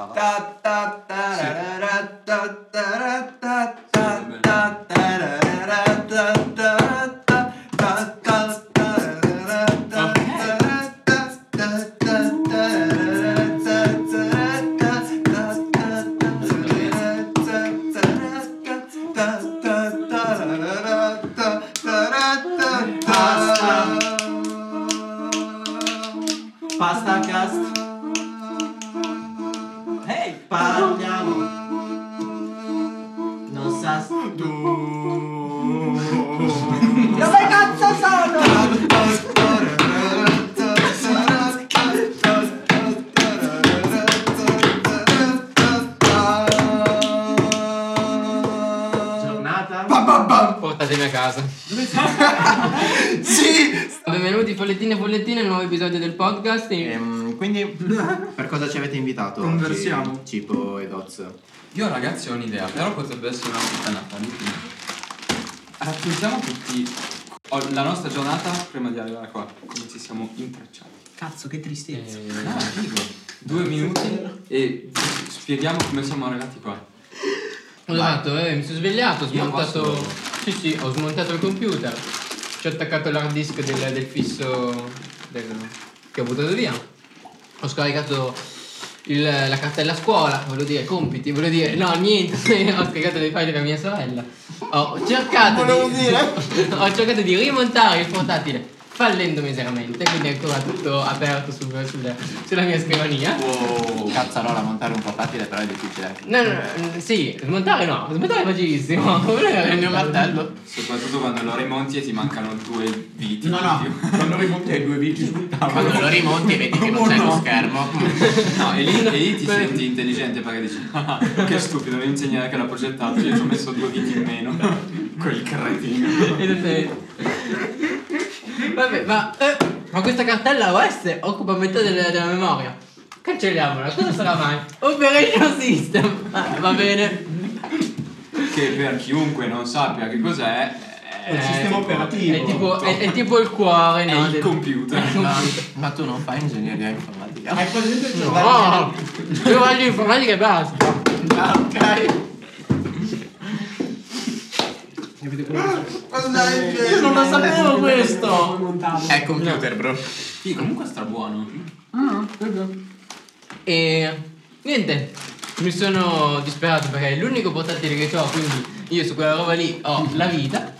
Ta ta tarara ta tarara ta ta ta tarara ta ta ta ta ta tarara ta tarara ta ta ta tarara ta tarara ta ta ta tarara ta tarara ta ta tarara ta tarara ta. Pasta cast. Ehi! Parliamo. Non sa. Dove cazzo sono? Giornata. Portatemi a casa. Sì! Benvenuti follettine e follettine, nuovo episodio del podcast. Ehm, quindi, per cosa ci avete invitato? Conversiamo. oggi, Cipo e Doz. Io ragazzi ho un'idea, però potrebbe essere una puttanata. di più. Raccontiamo tutti co- la nostra giornata prima di arrivare qua, come ci siamo intracciati. Cazzo, che tristezza. Ah, figo. Due minuti e spieghiamo come siamo arrivati qua. Ho fatto, eh, mi sono svegliato, ho Io smontato. posso- Sì, sì, ho smontato il computer. Ci ho attaccato l'hard disk del, del fisso del- che ho buttato via. Ho scaricato il- la cartella scuola, volevo dire compiti, volevo dire no, niente. ho scaricato dei file per mia sorella. Ho cercato di Ho cercato di rimontare il portatile, fallendo miseramente, quindi è ancora tutto aperto sul- sul- sulla mia scrivania. Cazzarola, Oh, montare un portatile però è difficile. No, no, no, sì, smontare no, smontare è facilissimo. Il mio martello. Soprattutto quando lo rimonti e ti mancano due viti. No, no. quando rimonti hai due viti sul Quando lo rimonti e vedi che non c'è lo schermo. No, e lì, e lì ti Beh. senti intelligente perché dici, "Ah, che stupido, l'ingegnere che l'ha progettato, io ci ho messo due viti in meno. Quel cretino. Vabbè, ma, eh, ma questa cartella OS occupa metà della, della memoria. Cancelliamola, cosa sarà mai? Operation System. Ah, va bene. Che per chiunque non sappia che cos'è, è, È il sistema tipo- operativo. È Eh, tipo, è, è tipo il cuore, È no? il del- computer. Ma, ma tu non fai ingegneria informatica. Hai presente il giornale? No, "Oh, io voglio informatica e basta. Ah, ok. Io non lo sapevo questo. È computer, bro. Sì, comunque stra buono. E niente, mi sono disperato perché è l'unico portatile che ho, quindi io su quella roba lì ho la vita.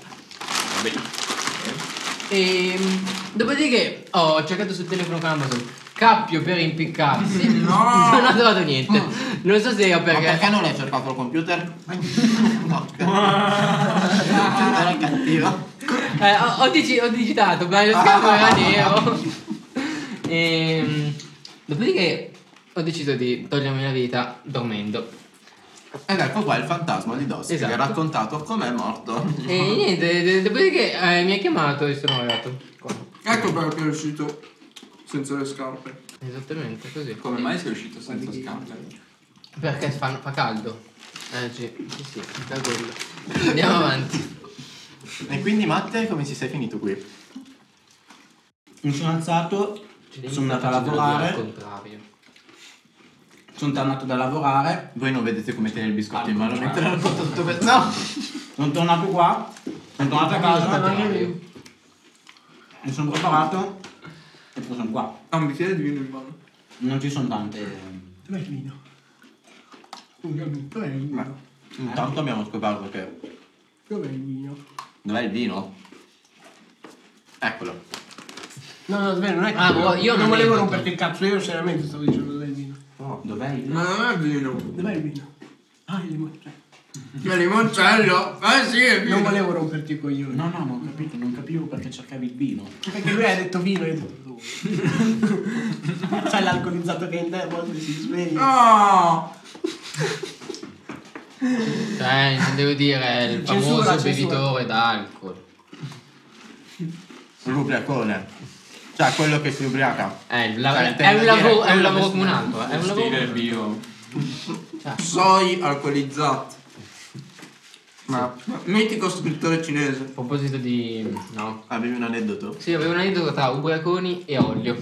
E mm, dopodiché ho cercato sul telefono con Amazon cappio per impiccarsi. No! Non ho trovato niente. Non so se io Ma perché. perché non hai cercato il computer? no. Era cattiva. Eh, ho, ho digi- ho digitato, ma lo schermo era nero. Ehm, dopodiché ho deciso di togliermi la vita dormendo. Ed ecco qua il fantasma di Doss che Esatto. vi ha raccontato com'è morto. Ah. E niente, d- dopodiché eh, mi ha chiamato e sono arrivato. qua. Ecco perché è uscito senza le scarpe. Esattamente così. Come mai sei uscito senza scarpe? Perché fa, fa caldo. Eh sì, sì, sì, da quello. Andiamo avanti. E quindi Matte, come ci sei finito qui? Mi sono alzato, sono andato a lavorare, Al contrario. sono tornato da lavorare, Voi non vedete come tenere il biscotto in mano mentre racconto tutto questo. No! sono tornato qua, sono tornato a casa, mi sono preparato e poi sono qua. Ha un bicchiere di vino in mano. Non ci sono tante... Dov'è il vino? Dov'è il vino? Intanto abbiamo scoperto che. Dov'è il vino? Dov'è il vino? Eccolo. No, no, davvero, non è che... Ah, boh, io non non volevo metto. romperti il cazzo, io seriamente stavo dicendo dov'è il vino. Dov'è il... Ma non è vino. Dov'è il vino? Ah, il limoncello. Il limoncello? Ah sì, è vino. Non volevo romperti i coglioni. No, no, ma ho capito, non capivo perché cercavi il vino. Perché lui ha detto vino e io ho detto dove? Sai l'alcolizzato che è in te a volte si sveglia. Cioè, intendevo dire il famoso Censura, censura. bevitore d'alcol. L'ubriacone. Cioè quello che si ubriaca. Eh, il Cioè, lav- è intendo un dire lavoro, è un quello lavoro che- come un altro, eh, è un lavoro. Stile bio. Soy alcolizzato. Ma, ma- mitico scrittore cinese. A proposito di. no. Avevi un aneddoto? Sì, avevo un aneddoto tra ubriaconi e olio.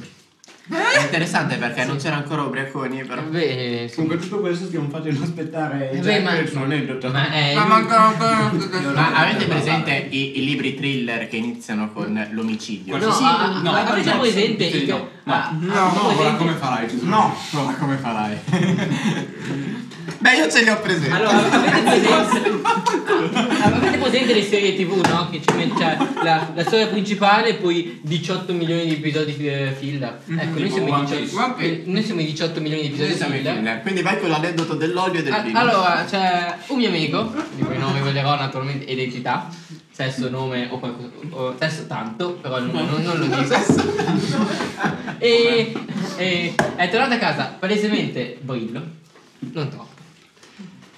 È interessante perché non c'era ancora ubriaconi, però. Beh, sì. Comunque tutto questo stiamo facendo aspettare Eh, Beh, Jack ma- per il suo aneddoto. Ma eh, è... Ma manca ancora un Ma avete presente i, i libri thriller che iniziano con l'omicidio? No, Sì. ah, no, ma avete no, presente sì, i ca- no, no. ah, No, avete ora presente- come farai? Gesù? No. Ora come farai? Beh, io ce li ho presenti. Allora, avete presente, avete presente le serie tv, no? Che ci met- cioè, la, la storia principale e poi 18 milioni di episodi eh, filler. Ecco, noi Tipo siamo, i One 18, Piece. One Piece. noi siamo i 18 milioni di episodi Esami filler. thriller. Quindi vai con l'aneddoto dell'olio e del Ah, vino. Allora, c'è un mio amico, di cui non rivelerò naturalmente identità, sesso, nome o qualcosa, o sesso tanto, però non, non- non lo dico. e, e è tornato a casa palesemente brillo, non troppo.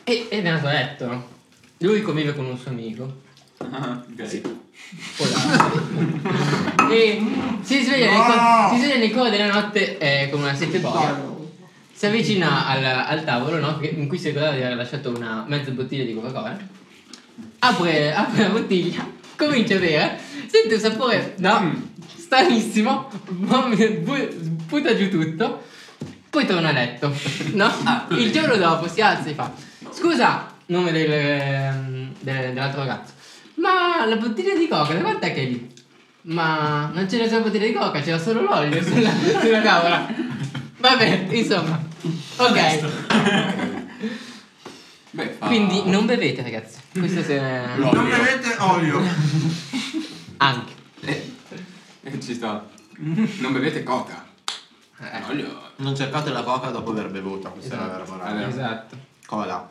E ed è andato a letto, no? Lui convive con un suo amico. Ah, ok. può darsi. e si sveglia, nel cor- si sveglia nel cuore della notte eh, con una sete boia. Si avvicina al, al tavolo, no? Che- In cui si ricordava di aver lasciato una mezza bottiglia di Coca-Cola. Apre, apre la bottiglia, comincia a bere, sente un sapore no, stranissimo, vom- bu- butta giù tutto, poi torna a letto. No? Il giorno dopo si alza e fa: Scusa, nome del, ehm, del- dell'altro ragazzo, ma la bottiglia di Coca, da quant'è che è lì? Ma non c'era già la bottiglia di Coca, c'era solo l'olio sulla, sulla tavola. Vabbè, insomma. Ok, Beh, fa- quindi non bevete ragazzi. Questo se... Non bevete olio. Anche. Eh, eh, ci sta. Non bevete coca. Eh, Olio. Non cercate la coca dopo aver bevuto, questa è la vera morale. Esatto. Cola.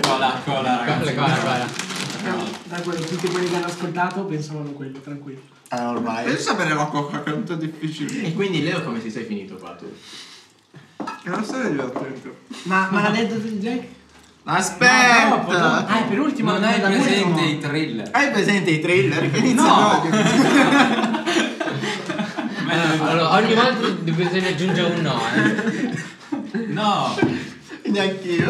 Cola, cola, Guarda, ragazzi. guarda, guarda. Da quello, tutti quelli che hanno ascoltato pensavano quello, tranquillo. Eh, ormai. Pensa avere la coca che è un po' difficile. E quindi Leo come ti sei finito qua tu? È una storia divertente. Ma, ma l'aneddoto di Jack? Aspetta! Ah, è per ultimo. Non hai da presente ultimo. i thriller. Hai presente i thriller che iniziano? Allora, ogni volta bisogna aggiungere un no. Eh. No. Neanch'io.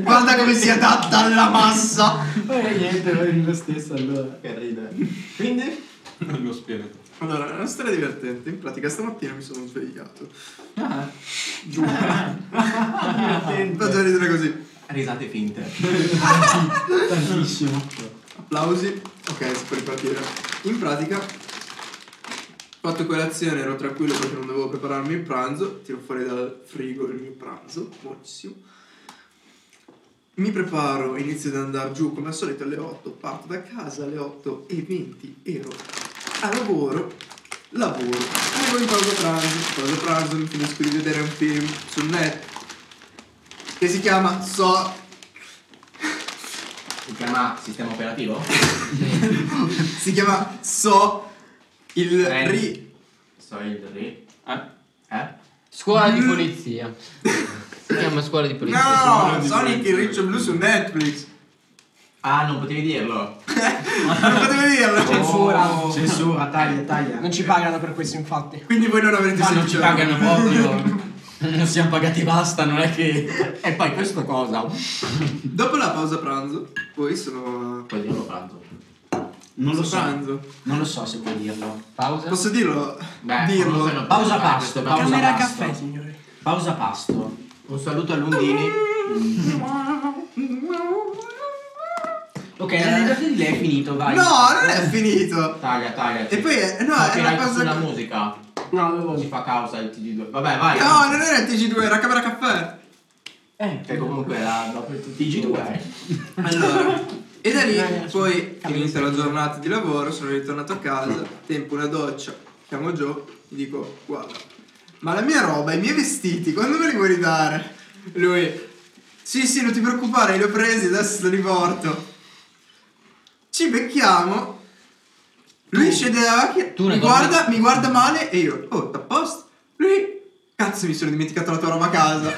Guarda come si adatta alla massa. Eh, niente, va bene lo stesso allora. Che ridere. Quindi? Non lo spiego. Allora, è una storia divertente. In pratica stamattina mi sono svegliato. Faccio ridere così. Risate finte. Tantissimo. Applausi. Ok, si può ripartire. In pratica, ho fatto colazione, ero tranquillo perché non dovevo prepararmi il pranzo. Tiro fuori dal frigo il mio pranzo, buonissimo. Mi preparo, inizio ad andare giù come al solito alle 8, parto da casa alle 8 e 20, ero a lavoro, lavoro, arrivo in pausa pranzo, pausa pranzo, mi finisco di vedere un film su net che si chiama So Si chiama sistema operativo? Si chiama So il Eh. ri. So il re. Eh? Eh? Scuola di polizia. Si chiama scuola di polizia. No, Sonic il riccio blu su Netflix. Ah, non potevi dirlo. Non potete dirlo. Oh. Censura. Censura, taglia, taglia. Non ci pagano per questo, infatti. Quindi voi non avrete non ci sentito. pagano proprio. Non siamo pagati basta, non è che. E poi questo cosa? Dopo la pausa pranzo, poi sono Puoi dirlo pranzo. Non lo so. pranzo. Non lo so se puoi dirlo. Pausa. Posso dirlo? Beh, dirlo. questo non- Pausa pasto, pausa Camera pasto. caffè, signore. Pausa pasto. Un saluto a Lundini. Ok, l'aneddoto di lei è finito, vai. No, non è finito. Taglia, taglia. E poi è- no, Copyright è una cosa- sulla musica. No, avevo Si fa causa il TG2. Vabbè, vai. No, non era il TG2, era Camera Caffè. Eh, Che comunque era dopo il TG2. Allora. E da lì poi finita la giornata di lavoro, sono ritornato a casa, tempo una doccia, chiamo Joe, gli dico guarda, ma la mia roba, i miei vestiti, quando me li vuoi ridare? Lui, sì sì non ti preoccupare, li ho presi, adesso te li porto. Ci becchiamo, lui scende dalla macchina, tu ne mi guardi- guarda, mi guarda male e io, oh, t'apposta? posto? Lui, cazzo mi sono dimenticato la tua roba a casa.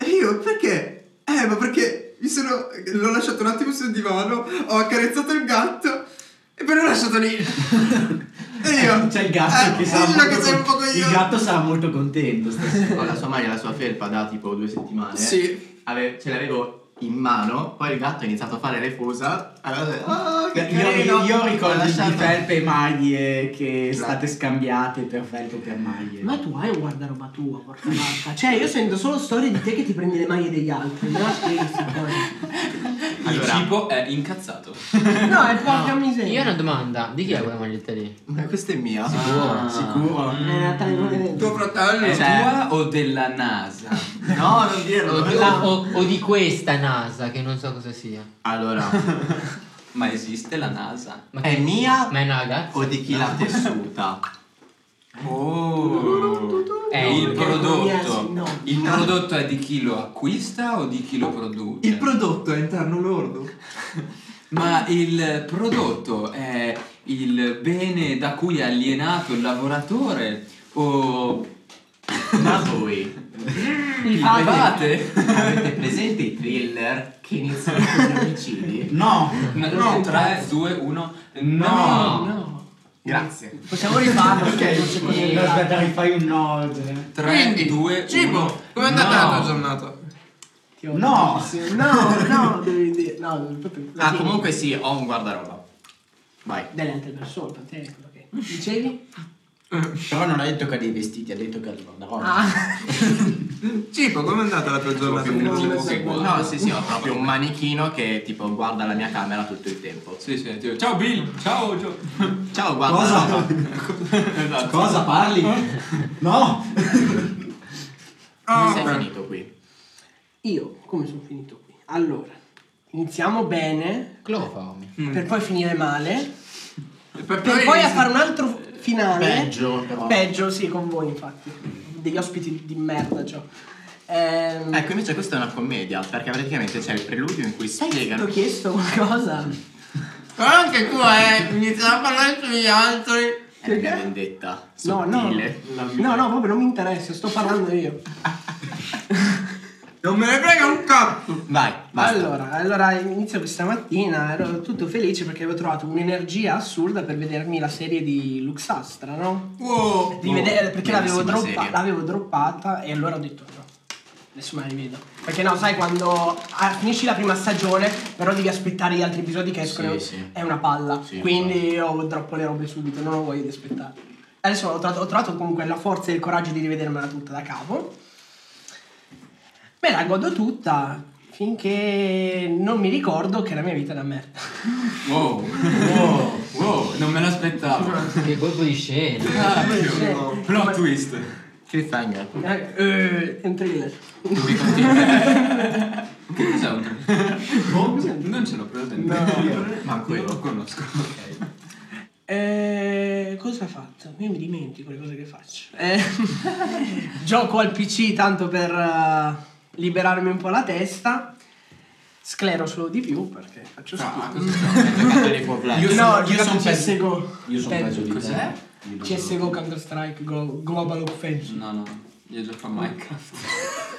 E io perché? Eh, ma perché mi sono. L'ho lasciato un attimo sul divano, ho accarezzato il gatto e poi l'ho lasciato lì. e io. C'è il gatto eh, che sarà dillo che sei un molto po' con- coglione. Il gatto sarà molto contento stasera. Con la sua maglia e la sua felpa da tipo due settimane. Sì. Ave- ce l'avevo in mano, poi il gatto ha iniziato a fare le fusa. Allora, "Ah, che Io, carino!" io Ha ricordo di lasciato- felpe e maglie che Esatto. state scambiate per felpe e per maglie. Ma tu hai un guardaroba tua, porca vacca. Cioè, io sento solo storie di te che ti prendi le maglie degli altri. No, stessa cosa. Il Allora. cibo è incazzato. No, è porca Io ho miseria. una domanda, di chi è quella maglietta lì? Ma questa è mia. Ah. Sicuro? Eh, Natale, non è vero. fratello? È tua o della NASA? No, non dirlo. non dirlo. O, o- o di questa NASA che non so cosa sia. Allora, Ma esiste la NASA? Ma, è che- mia ma è una ragazza? o di chi l'ha tessuta? Oh, è No, il perché prodotto. non mi asi- no. Il prodotto è di chi lo acquista o di chi lo produce? Il prodotto è interno lordo. Ma il prodotto è il bene da cui è alienato il lavoratore o Ma voi il private? avete presente i thriller che iniziano con gli omicidi? No! No, 3, 2, 1. No. No! Grazie. Possiamo rifarlo? Ok. No, aspetta, rifai un no. 3, 2, 1. Come è andata No. la tua giornata? No! No, no, devi dire. No, proprio. Ah, sì. comunque sì, ho un guardaroba. Vai. Delle altre persone, per te, quello che. Dicevi? Però non ha detto che ha dei vestiti, ha detto che ha il guardaroba. Cibo, com'è andata la tua giornata? più Grazie. lungo che qua. No, sì, sì, ho proprio un manichino che tipo guarda la mia camera tutto il tempo. Sì, sì, tipo, ciao Bill, ciao Gio. Ciao, Esatto. Cosa? guarda. Cosa parli? Eh? No! Come sei finito qui? Io, come sono finito qui? Allora, iniziamo bene, Cloroformi. Mm. per poi finire male, Per per poi a fare un altro finale. Peggio, però. Peggio, sì, con voi, infatti. Degli ospiti di merda, ciò. Ehm, Ecco, invece questa è una commedia, perché praticamente c'è il preludio in cui sai che ti ho spiegano. chiesto Mm. qualcosa? Però anche tu eh, iniziamo a parlare sugli altri. È una eh, vendetta. No, no. sottile. No, no, proprio non mi interessa, sto parlando io. Non me ne frega un cazzo. Vai, basta. Allora, allora inizio questa mattina, ero tutto felice perché avevo trovato un'energia assurda per vedermi la serie di Luxastra, no? Wow. Di vedere- perché l'avevo, bellissima droppa- serie. l'avevo droppata e allora ho detto no. Adesso me la rivedo. Perché no, sai quando ah, finisci la prima stagione, però devi aspettare gli altri episodi che escono. sì. È una palla. Sì, esatto. Quindi ho droppo le robe subito, non ho voglia di aspettare. Adesso ho trovato, ho trovato comunque la forza e il coraggio di rivedermela tutta da capo. Me la godo tutta finché non mi ricordo che la mia vita è una merda. Wow, wow, wow, non me l'aspettavo. Che colpo di scena. Cioè, Plot twist. Cliffhanger. eh, eh, è un thriller. Che cos'è un Boh, Non ce l'ho presente. Manco Io io. lo conosco. Eh, cosa ho fatto? Io mi dimentico le cose che faccio. Eh, gioco al PC tanto per eh, liberarmi un po' la testa. Sclero solo di più perché faccio schifo. Ah, Io no, sono- io sono peggio- CSGO. Io sono Pe- peggio di te. Cos'è? CSGO Counter Strike Global Offensive. No, no, io gioco a Minecraft.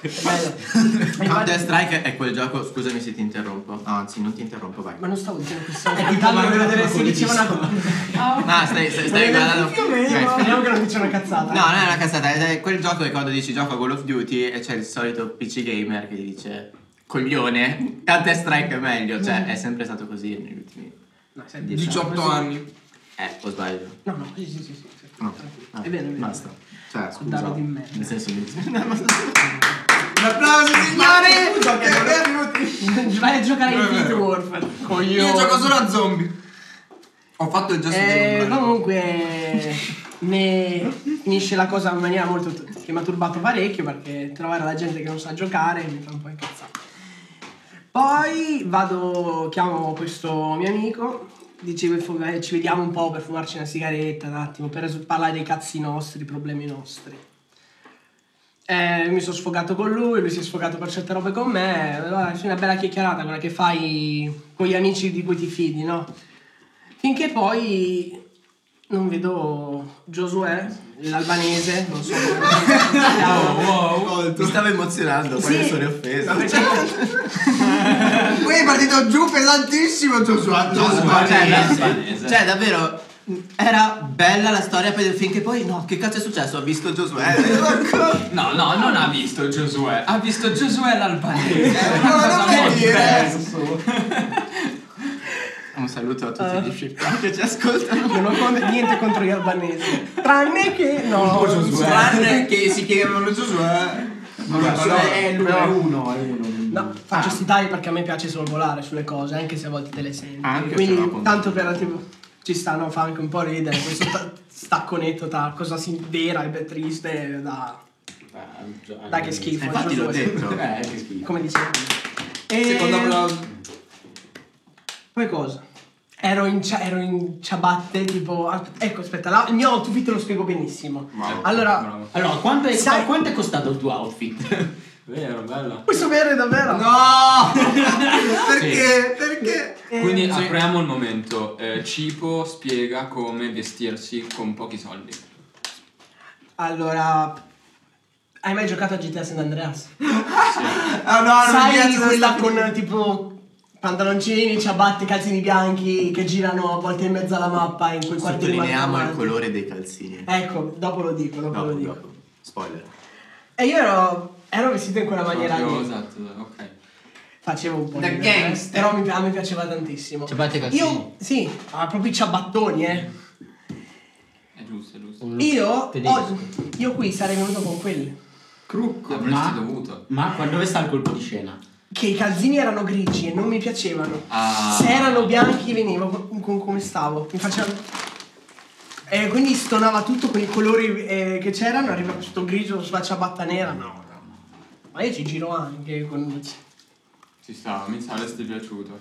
Bello. Counter Infatti- Strike è quel gioco, scusami se ti interrompo. Anzi, non ti interrompo, vai. Ma non stavo dicendo questo. È tipo Mario Bros. si diceva una No, stai, stai, stai guardando. Ok. Speriamo che non dice una cazzata. No, non è una cazzata, è è quel gioco che quando dici gioco a Call of Duty e c'è il solito PC gamer che ti dice coglione, Counter Strike è meglio, cioè Mm. è sempre stato così negli ultimi No, senti. 18 anni. Eh, o sbaglio? No, no, sì, sì, sì. sì, sì. No. È vero, è vero. Basta. Cioè, scusa. Dardo di merda. Nel senso mi Un applauso signori! E benvenuti. Vai a giocare Non in è Infinite vero. Warfare. Io gioco solo a zombie. Ho fatto il gesto Eh, di zombie. comunque ne finisce la cosa in maniera molto che mi ha turbato parecchio perché trovare la gente che non sa giocare mi fa un po' incazzare. Poi vado, chiamo questo mio amico, dicevo "Eh, ci vediamo un po' per fumarci una sigaretta un attimo, per es- parlare dei cazzi nostri, problemi nostri. Eh, mi sono sfogato con lui, lui si è sfogato per certe robe con me, allora c'è una bella chiacchierata, quella che fai con gli amici di cui ti fidi, no? Finché poi non vedo Josué, l'albanese, non so come si chiama. stavo emozionando, poi Sì. mi sono offeso. Poi è partito giù pesantissimo Joshua. Cioè, Joshua. cioè, Albanese. da- cioè, davvero Era bella la storia per finché poi no, che cazzo è successo? Ha visto Giosuè. no, No, no, non ha visto Giosuè, ha visto Giosuè l'albanese. È una cosa non puoi molto bella. dire. Un saluto a tutti Eh. gli ship. Che ci ascoltano. Non ho con- niente contro gli albanesi. Tranne che no. eh. eh, Tranne che si chiamano Giosuè. Ma Giosuè è eh, lui, è uno, Ah, è uno. No, faccio sti tagli perché a me piace sorvolare sulle cose, anche se a volte te le senti. Ah, Anche se no, Quindi con- tanto per tipo ci stanno fa anche un po' ridere questo ta- stacconetto tra cosa si vera e triste da Dai, che schifo, Infatti l'ho Giosuè. detto. Eh, che schifo. come dicevo. E Secondo applauso. poi cosa? Ero in, cia- ero in ciabatte, tipo. as- Ecco, aspetta, la- il mio outfit lo spiego benissimo. allora, Allora, quanto è, Sai- quanto è costato il tuo outfit? Vero, bella. puoi sapere davvero? No! Perché? Perché? Eh, Quindi apriamo il momento. Eh, Cipo spiega come vestirsi con pochi soldi. Allora. Hai mai giocato a GTA San Andreas? Ah no, non mi Sai piace quella questa con tipo pantaloncini, ciabatte, calzini bianchi che girano a volte in mezzo alla mappa in quei quartieri Sottolineiamo il mancanti? colore dei Eh, calzini. Ecco, dopo lo dico, dopo Dopo, lo dico. dopo. Spoiler. E io ero, ero vestito in quella maniera Proprio, lì. Esatto, ok. Facevo un po' Da ridere, gangster. Però mi, a me piaceva tantissimo. Ciabatte e calzini. Io, sì, ah, proprio i ciabattoni, eh. È giusto, è giusto. Un look Io, tedesco. ho- io qui sarei venuto con quelli. Crucco. Ma- Avresti dovuto. Ma qua- dove sta il colpo di scena? Che i calzini erano grigi e non mi piacevano. Ah. Se erano bianchi venivo con, con come stavo. Mi faceva... E quindi stonava tutto con i colori eh, che c'erano, arriva questo grigio sulla ciabatta nera. No, no. Ma io ci giro anche con... Ci sta, mi saresti piaciuto.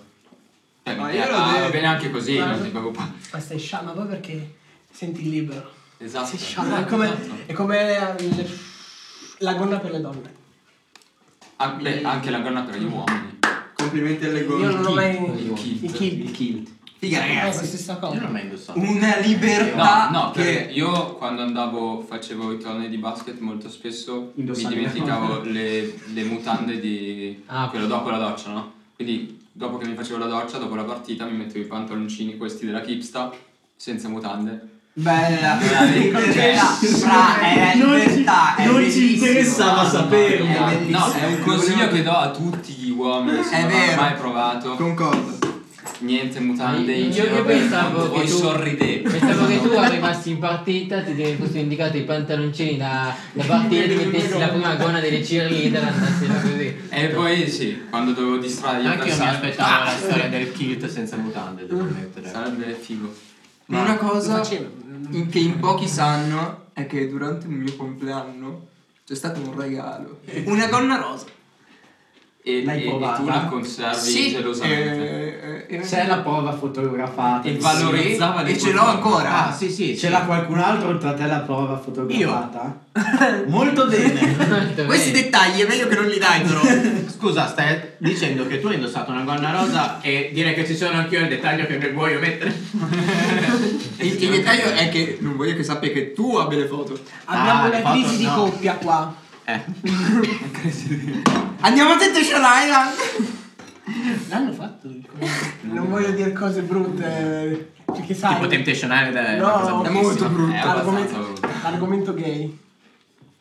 Eh, Ma mi- io l'ho ah, va detto. bene anche così, Ma- non ti preoccupare. Ma stai sciama, poi perché senti il libero. Esatto. Sei sciama, è come, è come il- la gonna per le donne. Ah, beh, anche la gonna per gli Eh, uomini. Complimenti alle Io non ho mai... Il kit. I kilt. kilt. Eh, Figa È la ragazzi. stessa Io non l'ho cosa. mai indossato. Una libertà No, no, che... perché io quando andavo, facevo i tornei di basket molto spesso mi Indossavi le dimenticavo le, le mutande di Ah, quello dopo la doccia, no? Quindi dopo che mi facevo la doccia, dopo la partita, mi mettevo i pantaloncini questi della Kipsta senza mutande. Bella. Fra, Cioè, è libertà, è non ci bellissimo. interessava Eh, saperlo. È bellissimo. no, è un consiglio che do a tutti gli uomini se È non hanno vero. mai provato. Concordo. Niente mutande in Io- giro io per il pensavo mondo, che voi tu- sorridete. Pensavo che tu arrivassi in partita, ti fossero indicati i pantaloncini da, da partita, ti mettessi la prima gonna delle cheerleader e andassi là così. E poi sì, quando dovevo distrarre gli Ecco. Anche io mi avversari, aspettavo la storia del kilt senza mutande, devo ammettere. Ah, Mm, sarebbe figo. Ma una cosa Lo facevo. in- che in pochi sanno è che durante il mio compleanno c'è stato un regalo. Una gonna rosa. E, L'hai e- e provata? tu la conservi gelosamente. eh, eh, Cioè, C'è la prova fotografata. E valorizzava le e ce tue l'ho foto. ancora. Ah, sì, sì. Ce sì. l'ha qualcun altro oltre a te la prova fotografata? Molto bene. Molto Questi bene. dettagli è meglio che non li dai però. Scusa, stai dicendo che tu hai indossato una gonna rosa e dire che ci sono anch'io il dettaglio che ne vuoi omettere? il, il dettaglio è che non voglio che sappia che tu abbia le foto. Abbiamo Ah, le una foto crisi di no. coppia qua. Eh. Andiamo a Temptation Island. L'hanno fatto il cognome. Non voglio dire cose brutte. Perché sai. Tipo Temptation Island è una No. cosa È bruttissima. molto brutto. È abbastanza Argomento, brutto. argomento gay.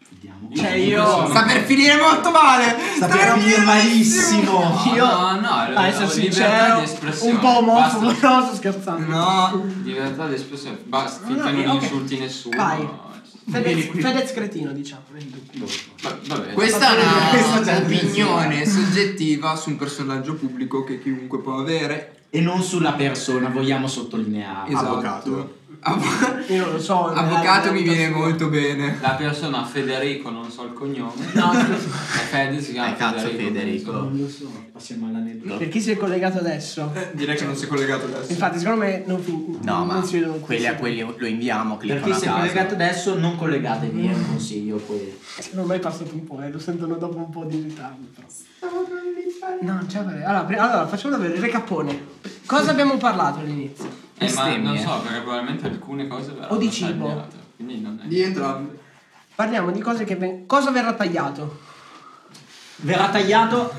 Vediamo. Cioè sono- io. Sta per finire molto male. Sta Sapere dire malissimo. Io. No, no, a essere libertà sincero, di espressione. un po' omofobo. Basta. No, sto scherzando. No. Libertà di espressione. Basta, finché No, no, non ok. insulti nessuno. Vai. Vieni Fedez, qui. Fedez cretino, diciamo. nel dubbio. Va- vabbè. Questa Questo è c'è una il opinione soggettiva su un personaggio pubblico che chiunque può avere. E non sulla persona, vogliamo sottolineare. Esatto. Av- Io non lo so. avvocato mi viene veramente- molto bene. La persona Federico, non so il cognome. No, È Fede, si chiama Eh, cazzo, penso. Federico. Non lo so, passiamo all'aneddoto. per chi si è collegato adesso? Eh, Direi che non si è collegato adesso. Infatti, secondo me non, fin- No, non ma si vedono quelli a quelli lo inviamo, Per cliccano chi a si è caso. collegato adesso, non collegatevi, è un consiglio poi. Ormai è passato un po', eh, lo sentono dopo un po' di ritardo. Però. No, non c'è problema. allora, pri- allora, facciamo davvero il recapone. Cosa abbiamo parlato all'inizio? Eh, ma Bestemmie. non so, perché probabilmente alcune cose verranno O di cibo. tagliate, Quindi non è. Di entrambi. Parliamo di cose che ven- cosa verrà tagliato. Verrà tagliato.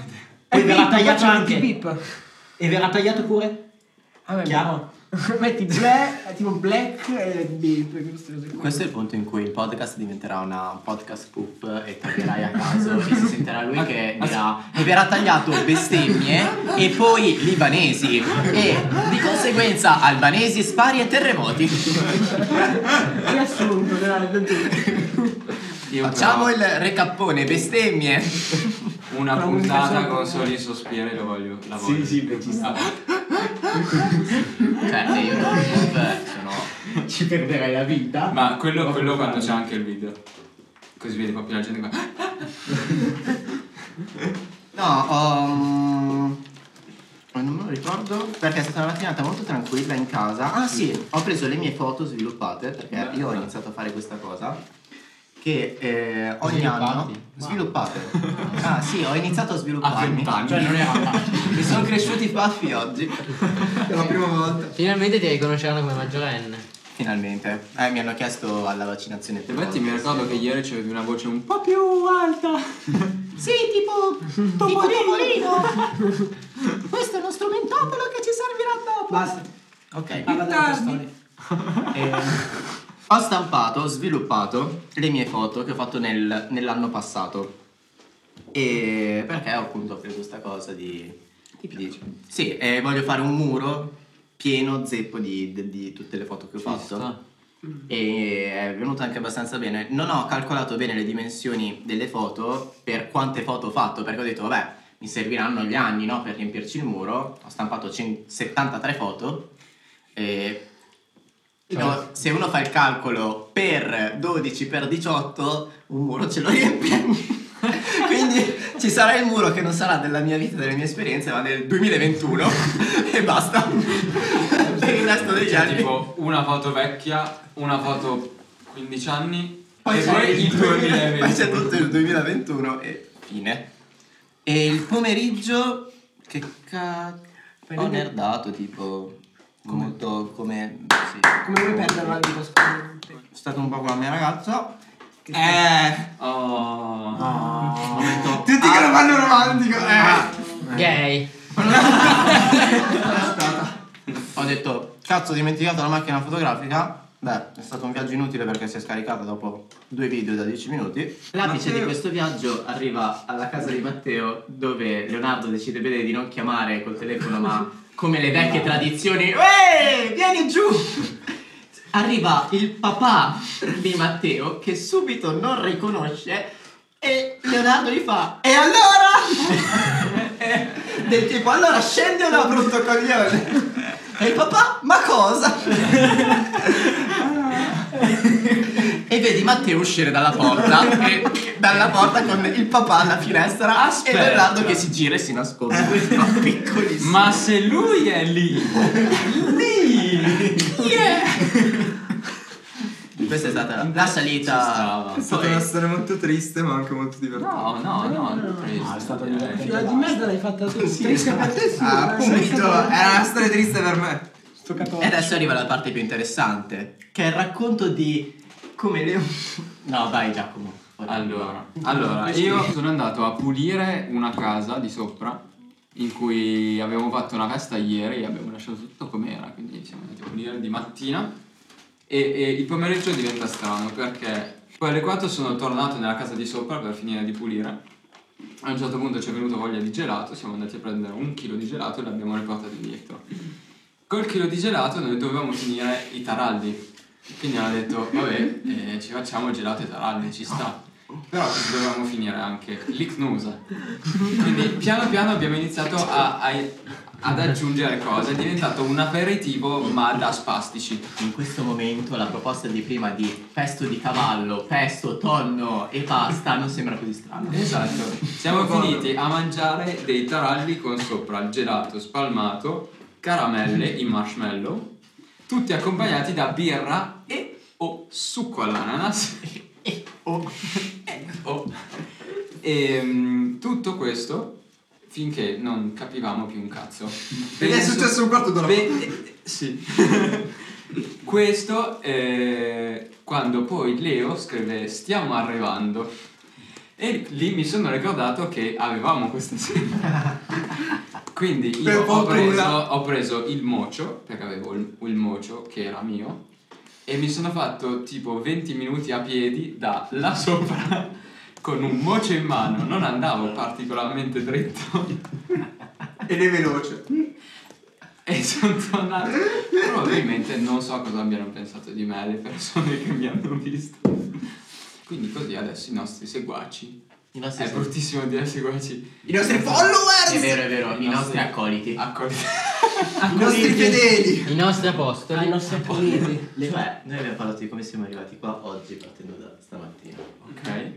Poi Eh, verrà pip, tagliato faccio tutti i anche. pip. E verrà tagliato pure? Ah, beh, Chiaro? Metti black, eh, tipo black e beep, queste cose qua. Questo è il punto in cui il podcast diventerà una podcast poop e taglierai a caso e si sentirà lui che dirà mi verrà tagliato bestemmie e poi libanesi e di conseguenza albanesi, spari e terremoti. riassunto, dai, da tutto. Io Facciamo però il recappone bestemmie. Cioè, una la musica puntata sotto. con soli sospiri, lo voglio. La voglio. ci sta. cioè, se io non poop sono... Ci perderai la vita. Ma quello, quello quando c'è anche il video. Così vedi proprio la gente qua. No, um, non me lo ricordo perché è stata una mattinata molto tranquilla in casa. Ah sì, ho preso le mie foto sviluppate perché io ho iniziato a fare questa cosa che eh, ogni anno Sviluppati? sviluppate. ah sì, ho iniziato a svilupparmi. Cioè non era Mi sono cresciuti i baffi oggi. È la prima volta. Finalmente ti riconosceranno come maggiorenne. Finalmente. Eh, mi hanno chiesto alla vaccinazione. per Infatti volta mi se- ricordo che ieri c'avevi una voce un po' più alta. Sì, tipo Topolino. Questo è uno strumentopolo che ci servirà dopo. Basta, Ok. parla della tua storia. Eh, ho stampato, sviluppato le mie foto che ho fatto nel- nell'anno passato. E perché ho appunto preso questa cosa di... di- sì, e voglio fare un muro pieno zeppo di, di- di tutte le foto che ho fatto. E è venuto anche abbastanza bene. Non ho calcolato bene le dimensioni delle foto per quante foto ho fatto, perché ho detto, vabbè, mi serviranno gli anni no, per riempirci il muro. Ho stampato cen- 73 foto. E no, se uno fa il calcolo per 12 per 18, un muro ce lo riempie. Quindi ci sarà il muro che non sarà della mia vita, delle mie esperienze, ma del 2021 e basta. per il resto degli C'è anni. Cioè, tipo una foto vecchia, una foto 15 anni Poi e c'è poi il 2020. Poi c'è tutto il 2021 e fine. E il pomeriggio che cazzo ho Pomeriggio- nerdato tipo molto come sì. Come vuoi perdere la vita, scusa? È stato un po' con la mia ragazza. Eh, Oh. ho detto Tutti che lo fanno romantico. Ah. Eh. Gay. ho detto cazzo ho dimenticato la macchina fotografica. Beh, è stato un viaggio inutile perché si è scaricata dopo due video da 10 minuti. L'apice di questo viaggio arriva alla casa di Matteo dove Leonardo decide bene di non chiamare col telefono ma come le vecchie tradizioni. Ehi, vieni giù! Arriva il papà di Matteo che subito non riconosce e Leonardo gli fa E allora? Del tipo allora scende una brutto coglione. E il papà, ma cosa? e vedi Matteo uscire dalla porta e dalla porta con il papà alla finestra e Leonardo che si gira e si nasconde. Questo è piccolissimo. Ma se lui è lì, lì, Questa è stata la, la salita. È stata una storia molto triste ma anche molto divertente. No, no, no, non triste. è stato Eh, divertente. Fila di merda l'hai fatta tu. Triste per te sì. Ah, ma sei appunto, stato- era una storia triste per me. Sto E cattolico. adesso arriva la parte più interessante, che è il racconto di come Leo... No, vai Giacomo. Allora, allora, io sono andato a pulire una casa di sopra in cui avevamo fatto una festa ieri e abbiamo lasciato tutto com'era, quindi siamo andati a pulire di mattina e, e il pomeriggio diventa strano perché poi alle 4 sono tornato nella casa di sopra per finire di pulire. A un certo punto ci è venuta voglia di gelato, siamo andati a prendere un chilo di gelato e l'abbiamo riportato indietro. Col chilo di gelato noi dovevamo finire i taralli. Quindi hanno detto, vabbè, eh, ci facciamo gelato e taralli, ci sta. Però dovevamo finire anche l'icnusa. Quindi piano piano abbiamo iniziato a- a- ad aggiungere cose, è diventato un aperitivo ma da spastici. In questo momento la proposta di prima di pesto di cavallo, pesto, tonno e pasta non sembra così strana. Esatto, siamo finiti a mangiare dei taralli con sopra il gelato spalmato, caramelle in marshmallow, tutti accompagnati da birra e o succo all'ananas e o e o e mm, tutto questo finché non capivamo più un cazzo. Ed è Penso- successo un quarto d'ora. Beh, eh, sì. Questo eh, quando poi Leo scrive stiamo arrivando. E lì mi sono ricordato che avevamo questa sera. Quindi Per io ho fortuna. preso, ho preso il mocio, perché avevo il, il mocio che era mio, e mi sono fatto tipo 20 minuti a piedi da là sopra con un mocio in mano. Non andavo particolarmente dritto. Ed è veloce. E sono tornato. Probabilmente non so cosa abbiano pensato di me le persone che mi hanno visto. Quindi così adesso i nostri seguaci. I nostri È bruttissimo dire seguaci. I nostri followers! È vero, è vero, i nostri Ah, nostri- accoliti. Accolti. I nostri fedeli! I nostri apostoli. I nostri appunti. Cioè, noi abbiamo parlato di come siamo arrivati qua oggi partendo da stamattina. Ok.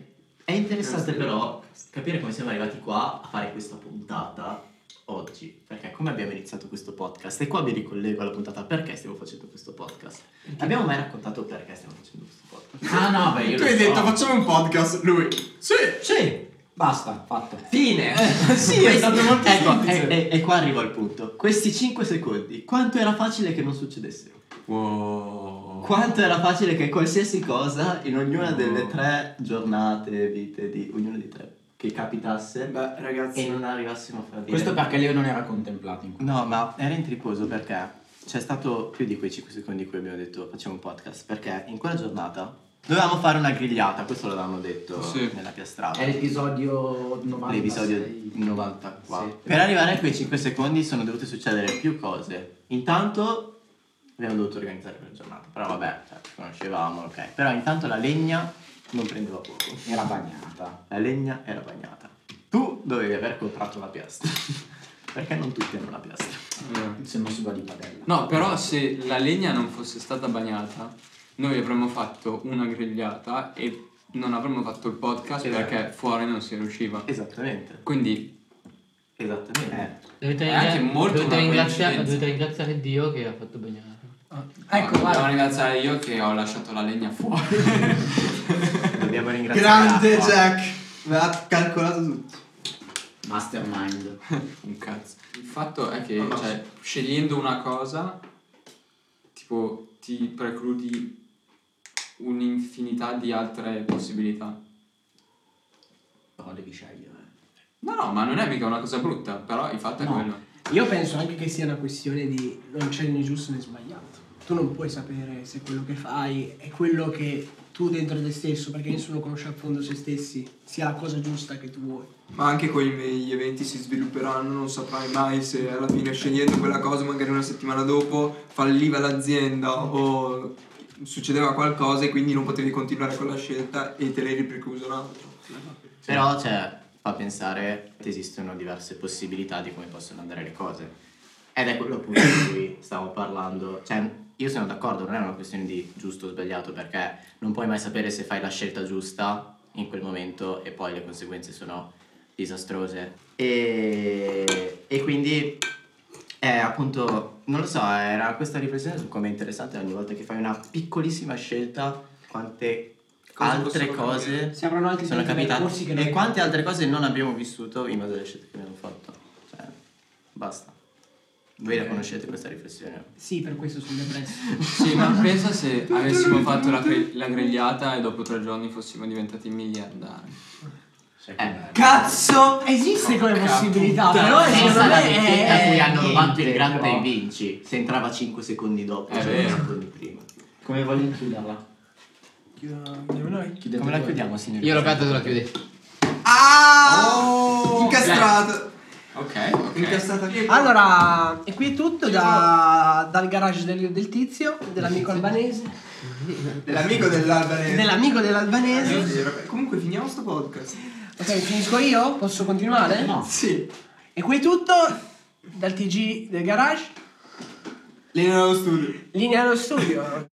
È interessante però capire come siamo arrivati qua a fare questa puntata oggi, perché come abbiamo iniziato questo podcast, e qua mi ricollego alla puntata perché stiamo facendo questo podcast. Abbiamo mai raccontato perché stiamo facendo questo podcast? Ah no, beh, io Tu hai detto facciamo un podcast, lui. Sì! Sì, basta, fatto. Fine! sì, è stato molto ecco, e, e- e qua arrivo al punto. Questi 5 secondi, quanto era facile che non succedessero? Wow. Quanto era facile che qualsiasi cosa in ognuna delle tre giornate, vite di ognuna di tre, che capitasse Beh, e ragazzi, non arrivassimo a far dire. Questo perché Leo non era contemplato in questo. No, ma era intriposo perché c'è stato più di quei 5 secondi in cui abbiamo detto facciamo un podcast, perché in quella giornata dovevamo fare una grigliata, questo l'avevamo detto Sì. nella piastrata. È l'episodio 90. L'episodio 94. Per arrivare a quei 5 secondi sono dovute succedere più cose. Intanto abbiamo dovuto organizzare quella giornata, però vabbè, cioè, ci conoscevamo, ok. Però intanto la legna non prendeva poco. Era bagnata. La legna era bagnata. Tu dovevi aver comprato una piastra. perché non tutti hanno una piastra? Se non si va di padella. No, però se la legna non fosse stata bagnata, noi avremmo fatto una grigliata e non avremmo fatto il podcast Esatto. perché fuori non si riusciva. Esattamente, Quindi esattamente. Dovete, È ringrazia- anche molto dovete una ringraziare, coincidenza. dovete ringraziare Dio che ha fatto bene. Ah. ecco, devo ringraziare io che ho lasciato la legna fuori. Eh, Dobbiamo ringraziare. grande l'acqua. Jack! Me l'ha calcolato tutto. Mastermind. Un cazzo. Il fatto è che, cioè, scegliendo una cosa, tipo, ti precludi un'infinità di altre possibilità. Oh, Però devi scegliere. No, no, ma non è mica una cosa brutta, però il fatto è No. quello. Io penso anche che sia una questione di non c'è né giusto né sbagliato. Tu non puoi sapere se quello che fai è quello che tu dentro te stesso, perché nessuno conosce a fondo se stessi, sia la cosa giusta che tu vuoi. Ma anche quegli eventi si svilupperanno, non saprai mai se alla fine scegliendo quella cosa, magari una settimana dopo falliva l'azienda o succedeva qualcosa e quindi non potevi continuare con la scelta e te l'hai precluso un altro. Però, cioè, fa pensare che esistono diverse possibilità di come possono andare le cose. Ed è quello appunto di cui stavo parlando. Cioè, io sono d'accordo, non è una questione di giusto o sbagliato, perché non puoi mai sapere se fai la scelta giusta in quel momento e poi le conseguenze sono disastrose. E, e quindi è appunto, non lo so, era questa riflessione su come è interessante ogni volta che fai una piccolissima scelta, quante Cosa altre possono cose Se avranno altri sono tanti capitate percorsi che non- e quante altre cose non abbiamo vissuto in base alle scelte che abbiamo fatto cioè basta voi la conoscete questa riflessione Sì, per questo sono depresso. Sì, ma pensa se avessimo fatto la, gri- la grigliata e dopo tre giorni fossimo diventati miliardari. eh, Cazzo! Esiste come Porca possibilità, puttana. però pensa secondo alla me è- vecchietta a cui hanno niente, rubato il gratta però. e vinci se entrava 5 secondi dopo È cioè vero. secondi prima Come voglio chiuderla? come la chiudiamo signori Io l'ho aperta e tu la chiudi. Ah! Incastrato! Ok, Eh. ok. Incastrato anche Allora, e qui è tutto da- dal garage del, del tizio, dell'amico albanese, Dell'amico dell'albanese. dell'amico dell'albanese. Dell'albanese. Eh, Comunque finiamo sto podcast. Ok, finisco io? Posso continuare? No. Sì. E qui è tutto dal TG del garage, Lì nello studio. linea allo studio.